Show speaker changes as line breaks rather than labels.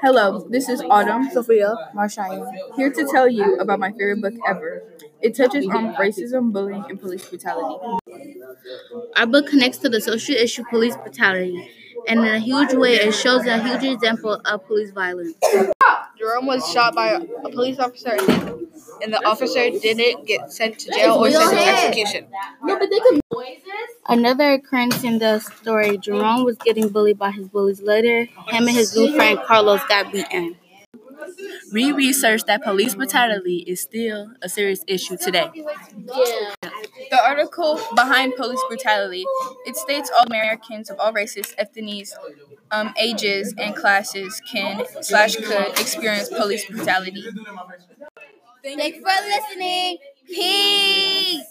Hello, this is Autumn
Sophia, Marshawn.
here to tell you about my favorite book ever. It touches on racism, bullying, and police brutality.
Our book connects to the social issue police brutality, and in a huge way, it shows a huge example of police violence.
Jerome was shot by a police officer, and, then- and the officer didn't get sent to jail or sent to execution.
Another occurrence in the story Jerome was getting bullied by his bullies. Later, him and his new friend Carlos got beaten.
We researched that police brutality is still a serious issue today.
The article behind police brutality it states all Americans of all races, ethnies, um, ages, and classes can slash could experience police brutality.
Thanks for listening. Peace.